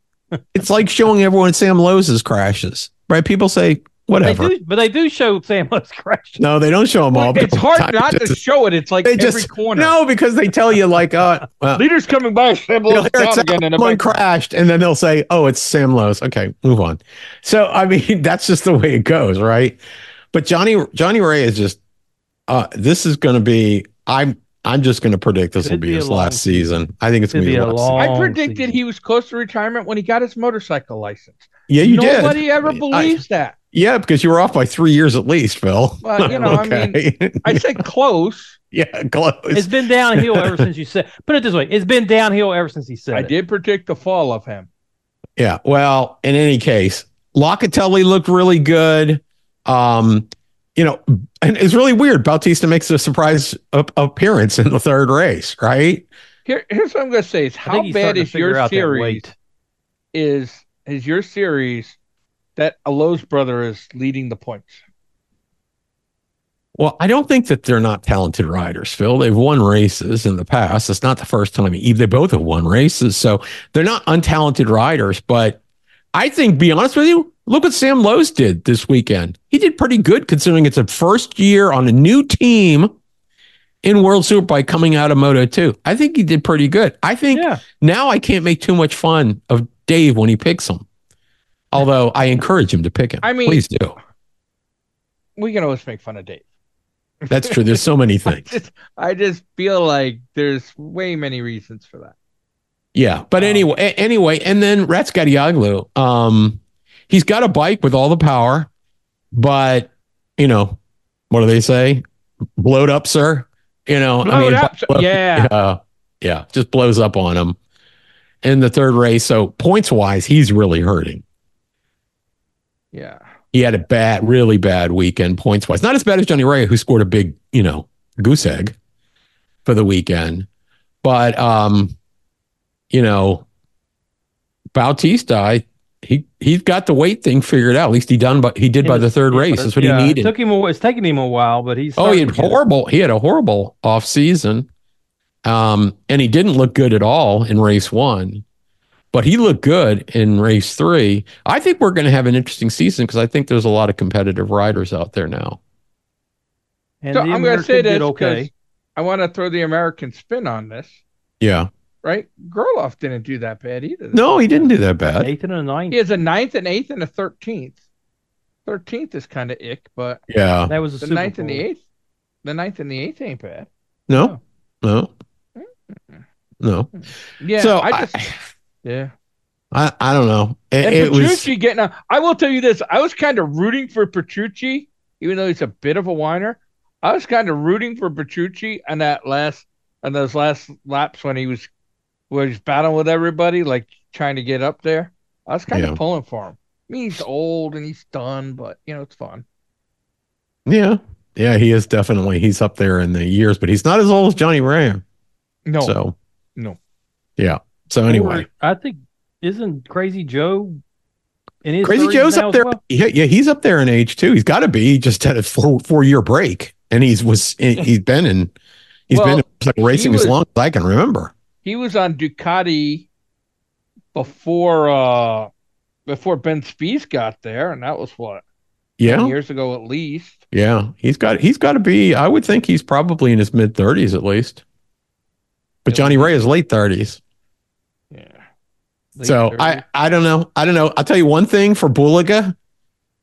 Speaker 1: it's like showing everyone Sam Lowe's crashes, right? People say whatever.
Speaker 3: They do, but they do show Sam Lowe's crash.
Speaker 1: No, they don't show them all.
Speaker 2: it's
Speaker 1: People
Speaker 2: hard
Speaker 1: time
Speaker 2: not
Speaker 1: just-
Speaker 2: to show it. It's like
Speaker 1: they
Speaker 2: every
Speaker 1: just-
Speaker 2: corner.
Speaker 1: no because they tell you like, uh, well,
Speaker 2: Leaders coming by, shambles
Speaker 1: You'll hear
Speaker 2: down
Speaker 1: it's
Speaker 2: again in a
Speaker 1: someone
Speaker 2: big-
Speaker 1: crashed, and then they'll say, "Oh, it's Sam Lowe's." Okay, move on. So, I mean, that's just the way it goes, right? But Johnny Johnny Ray is just. Uh, this is going to be. I'm. I'm just going to predict this will
Speaker 3: Could
Speaker 1: be,
Speaker 3: be a
Speaker 1: his
Speaker 3: long
Speaker 1: last season. I think it's
Speaker 3: Could
Speaker 1: going to be,
Speaker 3: be
Speaker 1: his
Speaker 3: a
Speaker 1: last.
Speaker 3: long.
Speaker 2: I predicted
Speaker 3: season.
Speaker 2: he was close to retirement when he got his motorcycle license.
Speaker 1: Yeah, you did.
Speaker 2: Nobody ever
Speaker 1: I-
Speaker 2: believes that.
Speaker 1: yeah, because you were off by three years at least, Phil.
Speaker 2: Well, you know, I mean- I said close.
Speaker 1: yeah, close.
Speaker 3: It's been downhill ever since you said. Put it this way, it's been downhill ever since he said.
Speaker 2: I
Speaker 3: it.
Speaker 2: did predict the fall of him.
Speaker 1: Yeah. Well, in any case, Locatelli looked really good. Um, you know, and it's really weird. Bautista makes a surprise ap- appearance in the third race, right?
Speaker 2: Here, here's what I'm going to say: is
Speaker 3: I
Speaker 2: how
Speaker 3: think he's
Speaker 2: bad
Speaker 3: starting to
Speaker 2: is
Speaker 3: figure
Speaker 2: your
Speaker 3: out that
Speaker 2: series?
Speaker 3: weight.
Speaker 2: Is is your series that Alon's brother is leading the points?
Speaker 1: Well, I don't think that they're not talented riders, Phil. They've won races in the past. It's not the first time. e- They both have won races, so they're not untalented riders. But I think, be honest with you, look what Sam Lowe's did this weekend. He did pretty good considering it's a first year on a new team in World Superbike coming out of Moto 2. I think he did pretty good. I think
Speaker 3: Yeah,
Speaker 1: now I can't make too much fun of Dave when he picks him. Although I encourage him to pick him.
Speaker 2: I mean-
Speaker 1: please do.
Speaker 2: We can always make fun of Dave.
Speaker 1: That's true. There's so many things.
Speaker 2: Just, I just feel like there's way many reasons for that.
Speaker 1: Yeah, but
Speaker 2: Um,
Speaker 1: anyway, a- anyway, and then Ratskadioglu, um, he's got a bike with all the power, but you know, what do they say? Blowed up, sir. You know, I
Speaker 2: Blow it
Speaker 1: mean,
Speaker 2: up. Yeah.
Speaker 1: yeah, yeah, just blows up on him in the third race. So points wise, he's really hurting.
Speaker 2: Yeah.
Speaker 1: He had a bad, really bad weekend points wise. Not as bad as Johnny Ray, who scored a big, you know, goose egg for the weekend. But um, you know, Bautista, I, he he's got the weight thing figured out. At least he done, but he did by the third race. That's what
Speaker 3: Yeah,
Speaker 1: he
Speaker 3: it
Speaker 1: needed.
Speaker 3: Took him. A, it's taken him a while, but he's
Speaker 1: Oh, he had
Speaker 3: starting to get it.
Speaker 1: horrible. He had a horrible off season, um, and he didn't look good at all in race one, but he looked good in race three. I think we're going to have an interesting season because I think there's a lot of competitive riders out there now.
Speaker 3: And
Speaker 2: So
Speaker 3: the
Speaker 2: I'm going to
Speaker 3: American
Speaker 2: say
Speaker 3: did
Speaker 2: this
Speaker 3: okay.
Speaker 2: because I want to throw the American spin on this,
Speaker 1: Yeah.
Speaker 2: right? Gerloff didn't do that bad either.
Speaker 1: No, he didn't do that bad.
Speaker 3: Eighth and a ninth.
Speaker 2: He has a ninth and eighth and a thirteenth. Thirteenth is kind of ick, but
Speaker 1: Yeah.
Speaker 3: That was a
Speaker 2: the
Speaker 3: Super
Speaker 2: ninth and the
Speaker 3: Bowl.
Speaker 2: eighth, the ninth and the eighth ain't bad.
Speaker 1: No. No. No.
Speaker 2: Yeah,
Speaker 1: so
Speaker 2: I just
Speaker 1: I,
Speaker 2: yeah.
Speaker 1: I, I don't know. It,
Speaker 2: And
Speaker 1: it was
Speaker 2: Petrucci getting out. I will tell you this. I was kind of rooting for Petrucci, even though he's a bit of a whiner. I was kind of rooting for Petrucci on that last on those last laps when he was when he was battling with everybody, like trying to get up there. I was kind
Speaker 1: Yeah.
Speaker 2: of pulling for him. I mean, he's old and he's done, but you know it's fun.
Speaker 1: yeah. Yeah, he is definitely he's up there in the years, but he's not as old as Johnny Ram.
Speaker 2: No,
Speaker 1: So
Speaker 2: No.
Speaker 1: Yeah. So anyway.
Speaker 3: Or, I think isn't Crazy Joe in his
Speaker 1: Crazy
Speaker 3: 30s
Speaker 1: Joe's
Speaker 3: now
Speaker 1: up
Speaker 3: as
Speaker 1: there.
Speaker 3: well?
Speaker 1: Yeah, yeah, he's up there in age too. He's got to be. He just had a four four year break, and he's was he's been in he's
Speaker 2: Well,
Speaker 1: been in racing
Speaker 2: was-
Speaker 1: as long as I can remember.
Speaker 2: he was on Ducati before uh before Ben Spees got there, and that was what
Speaker 1: Yeah,
Speaker 2: years ago at least.
Speaker 1: yeah, he's got he's got to be. I would think he's probably in his mid thirties at least. But
Speaker 2: Yeah.
Speaker 1: Johnny Ray is late thirties,
Speaker 2: Yeah.
Speaker 1: so I I don't know I don't know. I'll tell you one thing for Bulaga,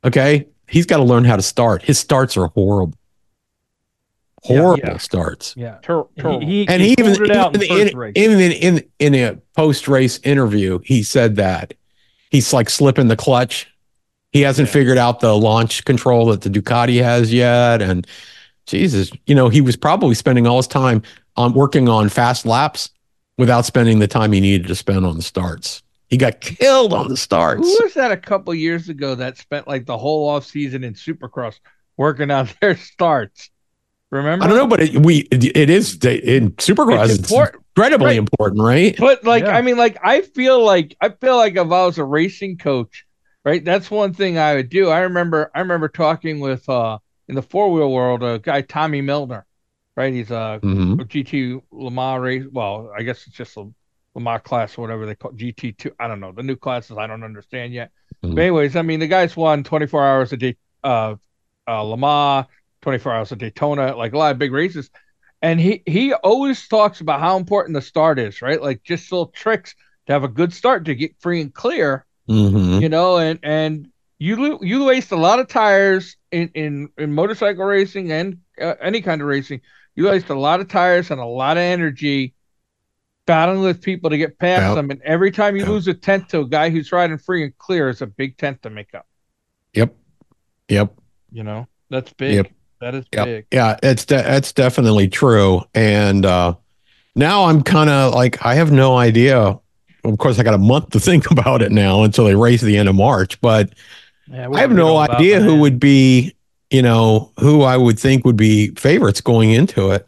Speaker 1: okay, he's got to learn how to start. His starts are horrible,
Speaker 3: Yeah,
Speaker 1: horrible
Speaker 3: yeah.
Speaker 1: starts.
Speaker 3: yeah.
Speaker 2: Tur-
Speaker 3: He, he,
Speaker 1: and he even,
Speaker 3: pulled it
Speaker 1: even in
Speaker 3: out in the first
Speaker 1: the,
Speaker 3: race.
Speaker 1: in, even in, in in a post race interview, he said that he's like slipping the clutch. He hasn't
Speaker 2: Yeah.
Speaker 1: figured out the launch control that the Ducati has yet, and Jesus, you know, he was probably spending all his time on working on fast laps without spending the time he needed to spend on the starts. He got killed on the starts.
Speaker 2: Who was that a couple years ago that spent like the whole off season in Supercross working on their starts? Remember?
Speaker 1: I don't know, but it, we it, it is in Supercross.
Speaker 2: It's
Speaker 1: It's,
Speaker 2: important,
Speaker 1: incredibly
Speaker 2: right.
Speaker 1: important, right?
Speaker 2: but like
Speaker 3: Yeah.
Speaker 2: I mean, like I feel like I feel like if I was a racing coach, right? That's one thing I would do. I remember I remember talking with uh in the four wheel world a guy Tommy Milner, right? He's a
Speaker 1: hmm
Speaker 2: or GT Lamar race. Well, I guess it's just a Lamar class or whatever they call GT two. I don't know the new classes. I don't understand yet.
Speaker 1: Mhm.
Speaker 2: But anyways, I mean the guys won 24 hours a day, uh, uh, Lamar, 24 hours of Daytona, like a lot of big races. And he he always talks about how important the start is, right? Like just little tricks to have a good start to get free and clear
Speaker 1: hmm
Speaker 2: you know, and and you lo- you waste a lot of tires in in, in motorcycle racing and uh, any kind of racing. You waste a lot of tires and a lot of energy battling with people to get past
Speaker 1: Yeah.
Speaker 2: them, and every time you
Speaker 1: Yeah.
Speaker 2: lose a tenth to a guy who's riding free and clear, it's a big tenth to make up.
Speaker 1: Yep, yep.
Speaker 2: You know, that's big.
Speaker 1: Yep.
Speaker 2: That is
Speaker 1: Yep.
Speaker 2: big.
Speaker 1: Yeah, it's de- that's definitely true. And uh, now I'm kind of like I have no idea. Of course, I got a month to think about it now until they race the end of March. But
Speaker 3: Yeah,
Speaker 1: I have no idea who would be, you know, who I would think would be favorites going into it.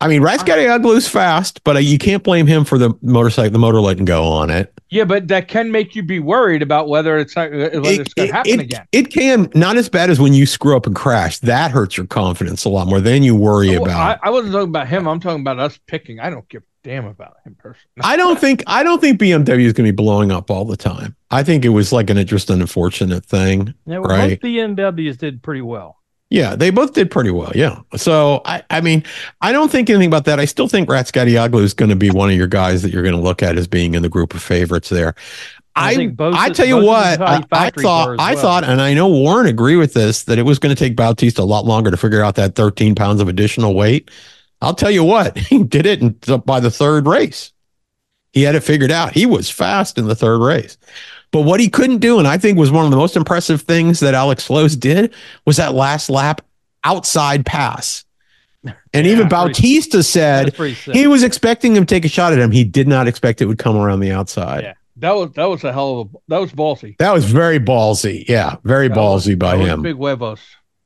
Speaker 1: I mean, Rascatioglu's fast, but uh, you can't blame him for the motorcycle, the motor letting go on it.
Speaker 2: Yeah, but that can make you be worried about whether it's not, whether it's going to happen
Speaker 1: it,
Speaker 2: again.
Speaker 1: it can not as bad as when you screw up and crash. That hurts your confidence a lot more. Then you worry
Speaker 2: Oh,
Speaker 1: about.
Speaker 2: I, I wasn't talking about him. I'm talking about us picking. I don't give a damn about him personally.
Speaker 1: I don't think I don't think BMW is going to be blowing up all the time. I think it was like an just an unfortunate thing.
Speaker 3: Now,
Speaker 1: right.
Speaker 3: Both BMWs did pretty well.
Speaker 1: Yeah, they both did pretty well. Yeah, so I I mean I don't think anything about that. I still think Ratsgadioglu is going to be one of your guys that you're going to look at as being in the group of favorites there. I
Speaker 3: think both-
Speaker 1: I tell you
Speaker 3: both of
Speaker 1: what
Speaker 3: the
Speaker 1: I, I
Speaker 3: factories
Speaker 1: thought
Speaker 3: were as
Speaker 1: I
Speaker 3: well.
Speaker 1: thought and I know Warren agreed with this that it was going to take Bautista a lot longer to figure out that 13 pounds of additional weight. I'll tell you what he did it in, by the third race. He had it figured out. He was fast in the third race. But what he couldn't do, and I think was one of the most impressive things that Alex Lowe's did, was that last lap outside pass. And even
Speaker 3: Yeah, pretty-
Speaker 1: Bautista said
Speaker 3: That's pretty sick.
Speaker 1: he was expecting him to take a shot at him. He did not expect it would come around the outside.
Speaker 2: Yeah, that was that was a hell of a that was ballsy.
Speaker 1: That was very ballsy. Yeah, very
Speaker 2: That was-
Speaker 1: ballsy by
Speaker 2: That was
Speaker 1: him.
Speaker 2: big huevos.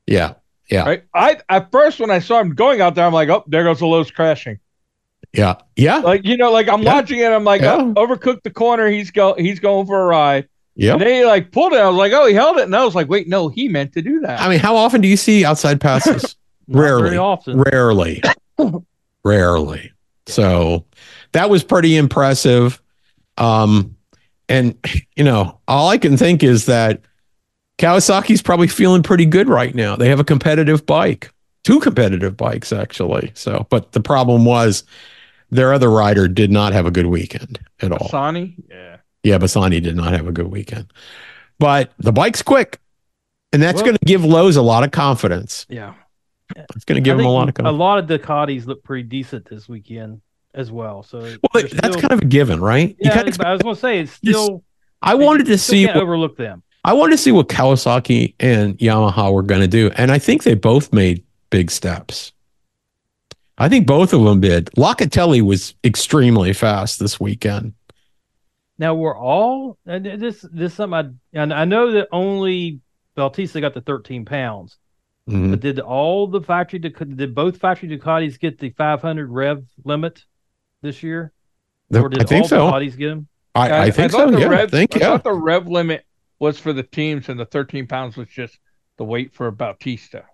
Speaker 1: yeah,
Speaker 2: Right. I at first when I saw him going out there, I'm like, oh, there goes the Lowe's crashing.
Speaker 1: Yeah. Yeah.
Speaker 2: Like you know, like I'm
Speaker 1: Yeah.
Speaker 2: watching it, I'm like,
Speaker 1: Yeah.
Speaker 2: oh, overcooked the corner. He's go, he's going for a ride.
Speaker 1: Yeah.
Speaker 2: And then he like pulled it. I was like, oh, he held it, and I was like, wait, no, he meant to do that.
Speaker 1: I mean, how often do you see outside passes?
Speaker 3: Not
Speaker 1: Rarely.
Speaker 3: very often.
Speaker 1: Rarely. Rarely. So that was pretty impressive. Um, and you know, all I can think is that Kawasaki's probably feeling pretty good right now. They have a competitive bike, two competitive bikes actually. So, but the problem was their other rider did not have a good weekend at all.
Speaker 2: Sonny. Yeah.
Speaker 1: Yeah, Bassani did not have a good weekend. But the bike's quick. And that's
Speaker 3: Well-
Speaker 1: going to give Lowe's a lot of confidence.
Speaker 3: Yeah.
Speaker 1: It's going to give
Speaker 3: I
Speaker 1: him a
Speaker 3: think
Speaker 1: lot of
Speaker 3: A
Speaker 1: confidence.
Speaker 3: lot of Ducatis look pretty decent this weekend as well. So
Speaker 1: Well,
Speaker 3: they're
Speaker 1: that- that's
Speaker 3: still-
Speaker 1: kind of a given, right? You
Speaker 3: Yeah,
Speaker 1: kinda
Speaker 3: I was gonna say it's still.
Speaker 1: I wanted to
Speaker 3: you
Speaker 1: see
Speaker 3: can't
Speaker 1: what,
Speaker 3: overlook them.
Speaker 1: I wanted to see what Kawasaki and Yamaha were going to do, and I think they both made big steps. I think both of them did. Locatelli was extremely fast this weekend.
Speaker 3: Now we're all and th- this. This is something I and I know that only Bautista got the 13 pounds,
Speaker 1: Mhm.
Speaker 3: but did all the factory Duc- did both factory Ducatis get the 500 rev limit this year?
Speaker 1: The-
Speaker 3: or did
Speaker 1: I think
Speaker 3: all
Speaker 1: so.
Speaker 3: Ducatis get them?
Speaker 1: I, I think
Speaker 2: thought
Speaker 1: so.
Speaker 2: the
Speaker 1: Yeah,
Speaker 2: rev,
Speaker 1: I think
Speaker 2: I
Speaker 1: yeah.
Speaker 2: thought the rev limit was for the teams, and the 13 pounds was just the weight for Bautista.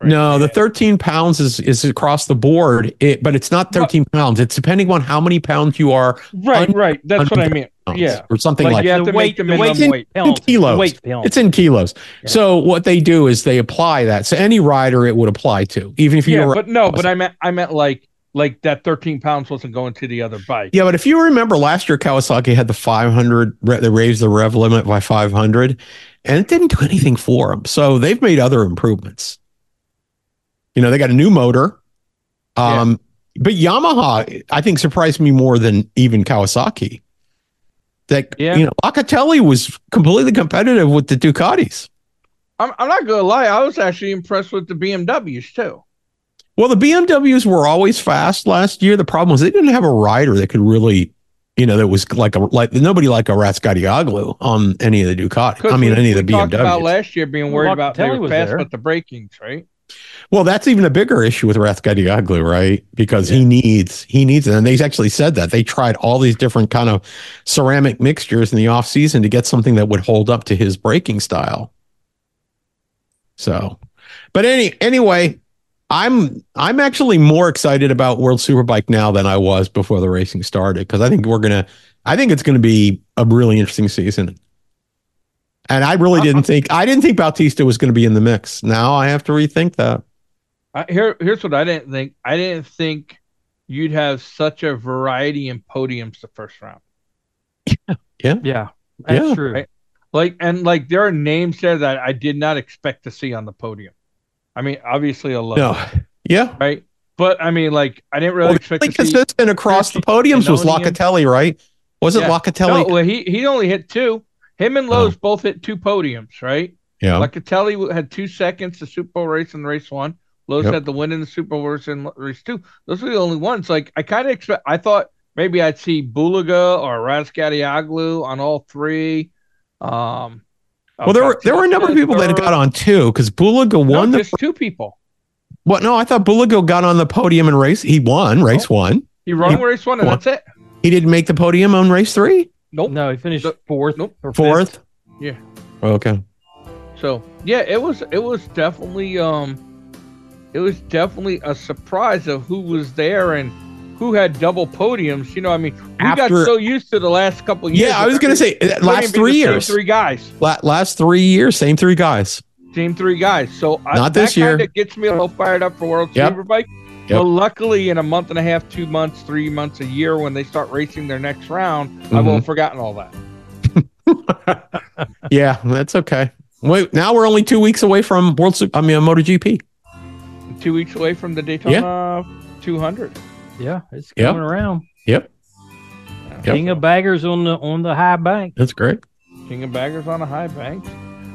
Speaker 2: right?
Speaker 1: No, the 13 pounds is is across the board, it, but it's not 13 pounds. It's depending on how many pounds you are
Speaker 2: right, right. That's what I mean.
Speaker 1: pounds
Speaker 2: Yeah.
Speaker 1: or something
Speaker 2: Like,
Speaker 1: like,
Speaker 2: you have
Speaker 3: The
Speaker 2: to
Speaker 3: weight-
Speaker 2: make the
Speaker 3: the weight
Speaker 2: minimum
Speaker 1: in-
Speaker 2: weight.
Speaker 3: Pounds,
Speaker 1: kilos.
Speaker 3: Weight pounds.
Speaker 1: It's in kilos.
Speaker 3: Yeah.
Speaker 1: So what they do is they apply that. So any rider it would apply to, even if you
Speaker 2: Yeah,
Speaker 1: were
Speaker 2: but no, but I meant I meant like like that 13 pounds wasn't going to the other bike.
Speaker 1: Yeah, but if you remember last year, Kawasaki had the 500, re- they raised the rev limit by 500, and it didn't do anything for them. So they've made other improvements. You know, they got a new motor. Um, But Yamaha, I think, surprised me more than even Kawasaki. That,
Speaker 2: Yeah.
Speaker 1: you know, Locatelli was completely competitive with the Ducatis.
Speaker 2: I'm, I'm not gonna lie, I was actually impressed with the BMWs too.
Speaker 1: Well, the BMWs were always fast last year. The problem was they didn't have a rider that could really, you know, that was like a like nobody like a Raskadioglu on any of the Ducati.
Speaker 2: 'Cause
Speaker 1: I mean,
Speaker 2: we-
Speaker 1: any of
Speaker 2: we
Speaker 1: the
Speaker 2: talked about
Speaker 1: BMWs.
Speaker 2: last year being
Speaker 3: Well,
Speaker 2: worried about they
Speaker 3: Locatelli
Speaker 2: were
Speaker 3: was
Speaker 2: fast
Speaker 3: there.
Speaker 2: with the brakings, right?
Speaker 1: Well, that's even a bigger issue with Raskadioglu, right? Because he needs he needs it, and they actually said that they tried all these different kind of ceramic mixtures in the off season to get something that would hold up to his braking style. So, but any anyway, I'm I'm actually more excited about World Superbike now than I was before the racing started because I think we're gonna I think it's gonna be a really interesting season. And I really didn't think I didn't think Bautista was going to be in the mix. Now I have to rethink that.
Speaker 2: I, here, here's what I didn't think. I didn't think you'd have such a variety in podiums the first round.
Speaker 3: Yeah, that's
Speaker 1: Yeah.
Speaker 3: true.
Speaker 2: Right. Like and like there are names there that I did not expect to see on the podium. I mean, obviously a lot,
Speaker 1: No, yeah.
Speaker 2: right? But I mean, like I didn't really
Speaker 1: Well,
Speaker 2: expect
Speaker 1: Really
Speaker 2: to see.
Speaker 1: consistent across the podiums was Locatelli, right? Was it
Speaker 2: Yeah. No,
Speaker 1: Locatelli?
Speaker 2: well, he he only hit two. Him and
Speaker 1: Uh-huh.
Speaker 2: Lowe's both hit two podiums, right?
Speaker 1: yeah.
Speaker 2: Locatelli had two seconds the Super Bowl race and race one. Lowe's
Speaker 1: Yep.
Speaker 2: had the win in the Super Bowl race and race two. Those were the only ones. Like I kind of expect. I thought maybe I'd see Bulaga or Raskadioglu on all three. Um,
Speaker 1: well, there were there were a number of people that got on too because Bulaga
Speaker 2: No,
Speaker 1: won the
Speaker 2: just two people.
Speaker 1: what? No, I thought Bulaga got on the podium and race. He won
Speaker 2: Oh.
Speaker 1: race one.
Speaker 2: He run race one and
Speaker 1: One.
Speaker 2: that's it.
Speaker 1: He didn't make the podium on race three,
Speaker 2: Nope.
Speaker 3: No, he finished
Speaker 2: Nope.
Speaker 3: fourth.
Speaker 2: Nope.
Speaker 3: or fifth.
Speaker 1: fourth. Oh,
Speaker 2: Yeah.
Speaker 1: Okay.
Speaker 2: So yeah, it was it was definitely um, it was definitely a surprise of who was there and who had double podiums. You know, I mean, we
Speaker 1: After-
Speaker 2: got so used to the last couple years.
Speaker 1: Yeah, I was gonna say uh,
Speaker 2: It wouldn't even
Speaker 1: last
Speaker 2: be the
Speaker 1: three
Speaker 2: same
Speaker 1: years.
Speaker 2: three guys,
Speaker 1: La- last three years, same three guys.
Speaker 2: same three guys. So uh,
Speaker 1: Not this
Speaker 2: that
Speaker 1: year.
Speaker 2: It gets me a little fired up for World
Speaker 1: Yep.
Speaker 2: Superbike.
Speaker 1: Yep.
Speaker 2: But luckily, in a month and a half, two months, three months, a year, when they start racing their next round, I
Speaker 1: Mm-hmm.
Speaker 2: will have forgotten all that.
Speaker 1: Yeah, that's okay. Wait, now we're only two weeks away from World. Sup- I mean, uh, MotoGP.
Speaker 2: Two weeks away from the Daytona 200.
Speaker 3: Yeah, it's
Speaker 1: Yep.
Speaker 3: coming around.
Speaker 1: Yep. Yep.
Speaker 3: King of baggers on the on the high bank.
Speaker 1: That's great.
Speaker 2: King of Baggers on a high bank.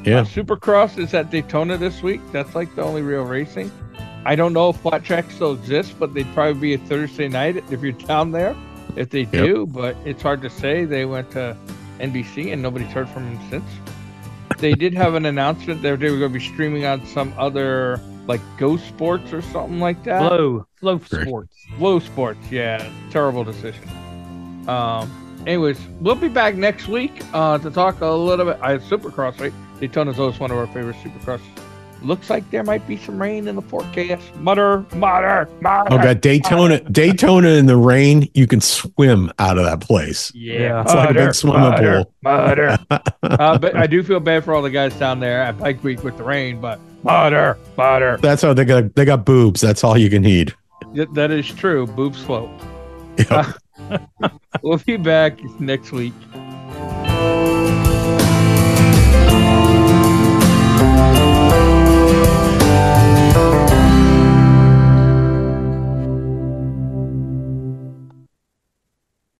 Speaker 1: Yeah.
Speaker 2: Uh, Supercross is at Daytona this week. That's like the only real racing. I don't know if flat tracks still exist, but they'd probably be a Thursday night if you're down there. If they do, but it's hard to say. They went to NBC and nobody's heard from them since. They did have an announcement that they were going to be streaming on some other like Ghost Sports or something like that.
Speaker 3: Flow, flow
Speaker 1: Great.
Speaker 3: sports.
Speaker 2: Low Sports, yeah, terrible decision. Um, anyways, we'll be back next week uh, to talk a little bit. I have Supercross, right? Daytona's always one of our favorite Supercross. Looks like there might be some rain in the forecast. Mutter, mutter, mutter.
Speaker 1: Oh god, Daytona, Daytona in the rain, you can swim out of that place.
Speaker 2: Yeah,
Speaker 1: It's like a big
Speaker 2: mutter,
Speaker 1: swimming
Speaker 2: mutter,
Speaker 1: pool.
Speaker 2: Mutter. uh, but I do feel bad for all the guys down there at Pike Creek with the rain, but mutter, mutter.
Speaker 1: That's how they got they got boobs. That's all you can need.
Speaker 2: Th- That is true. Boob slope.
Speaker 1: Yep.
Speaker 2: we'll be back next week.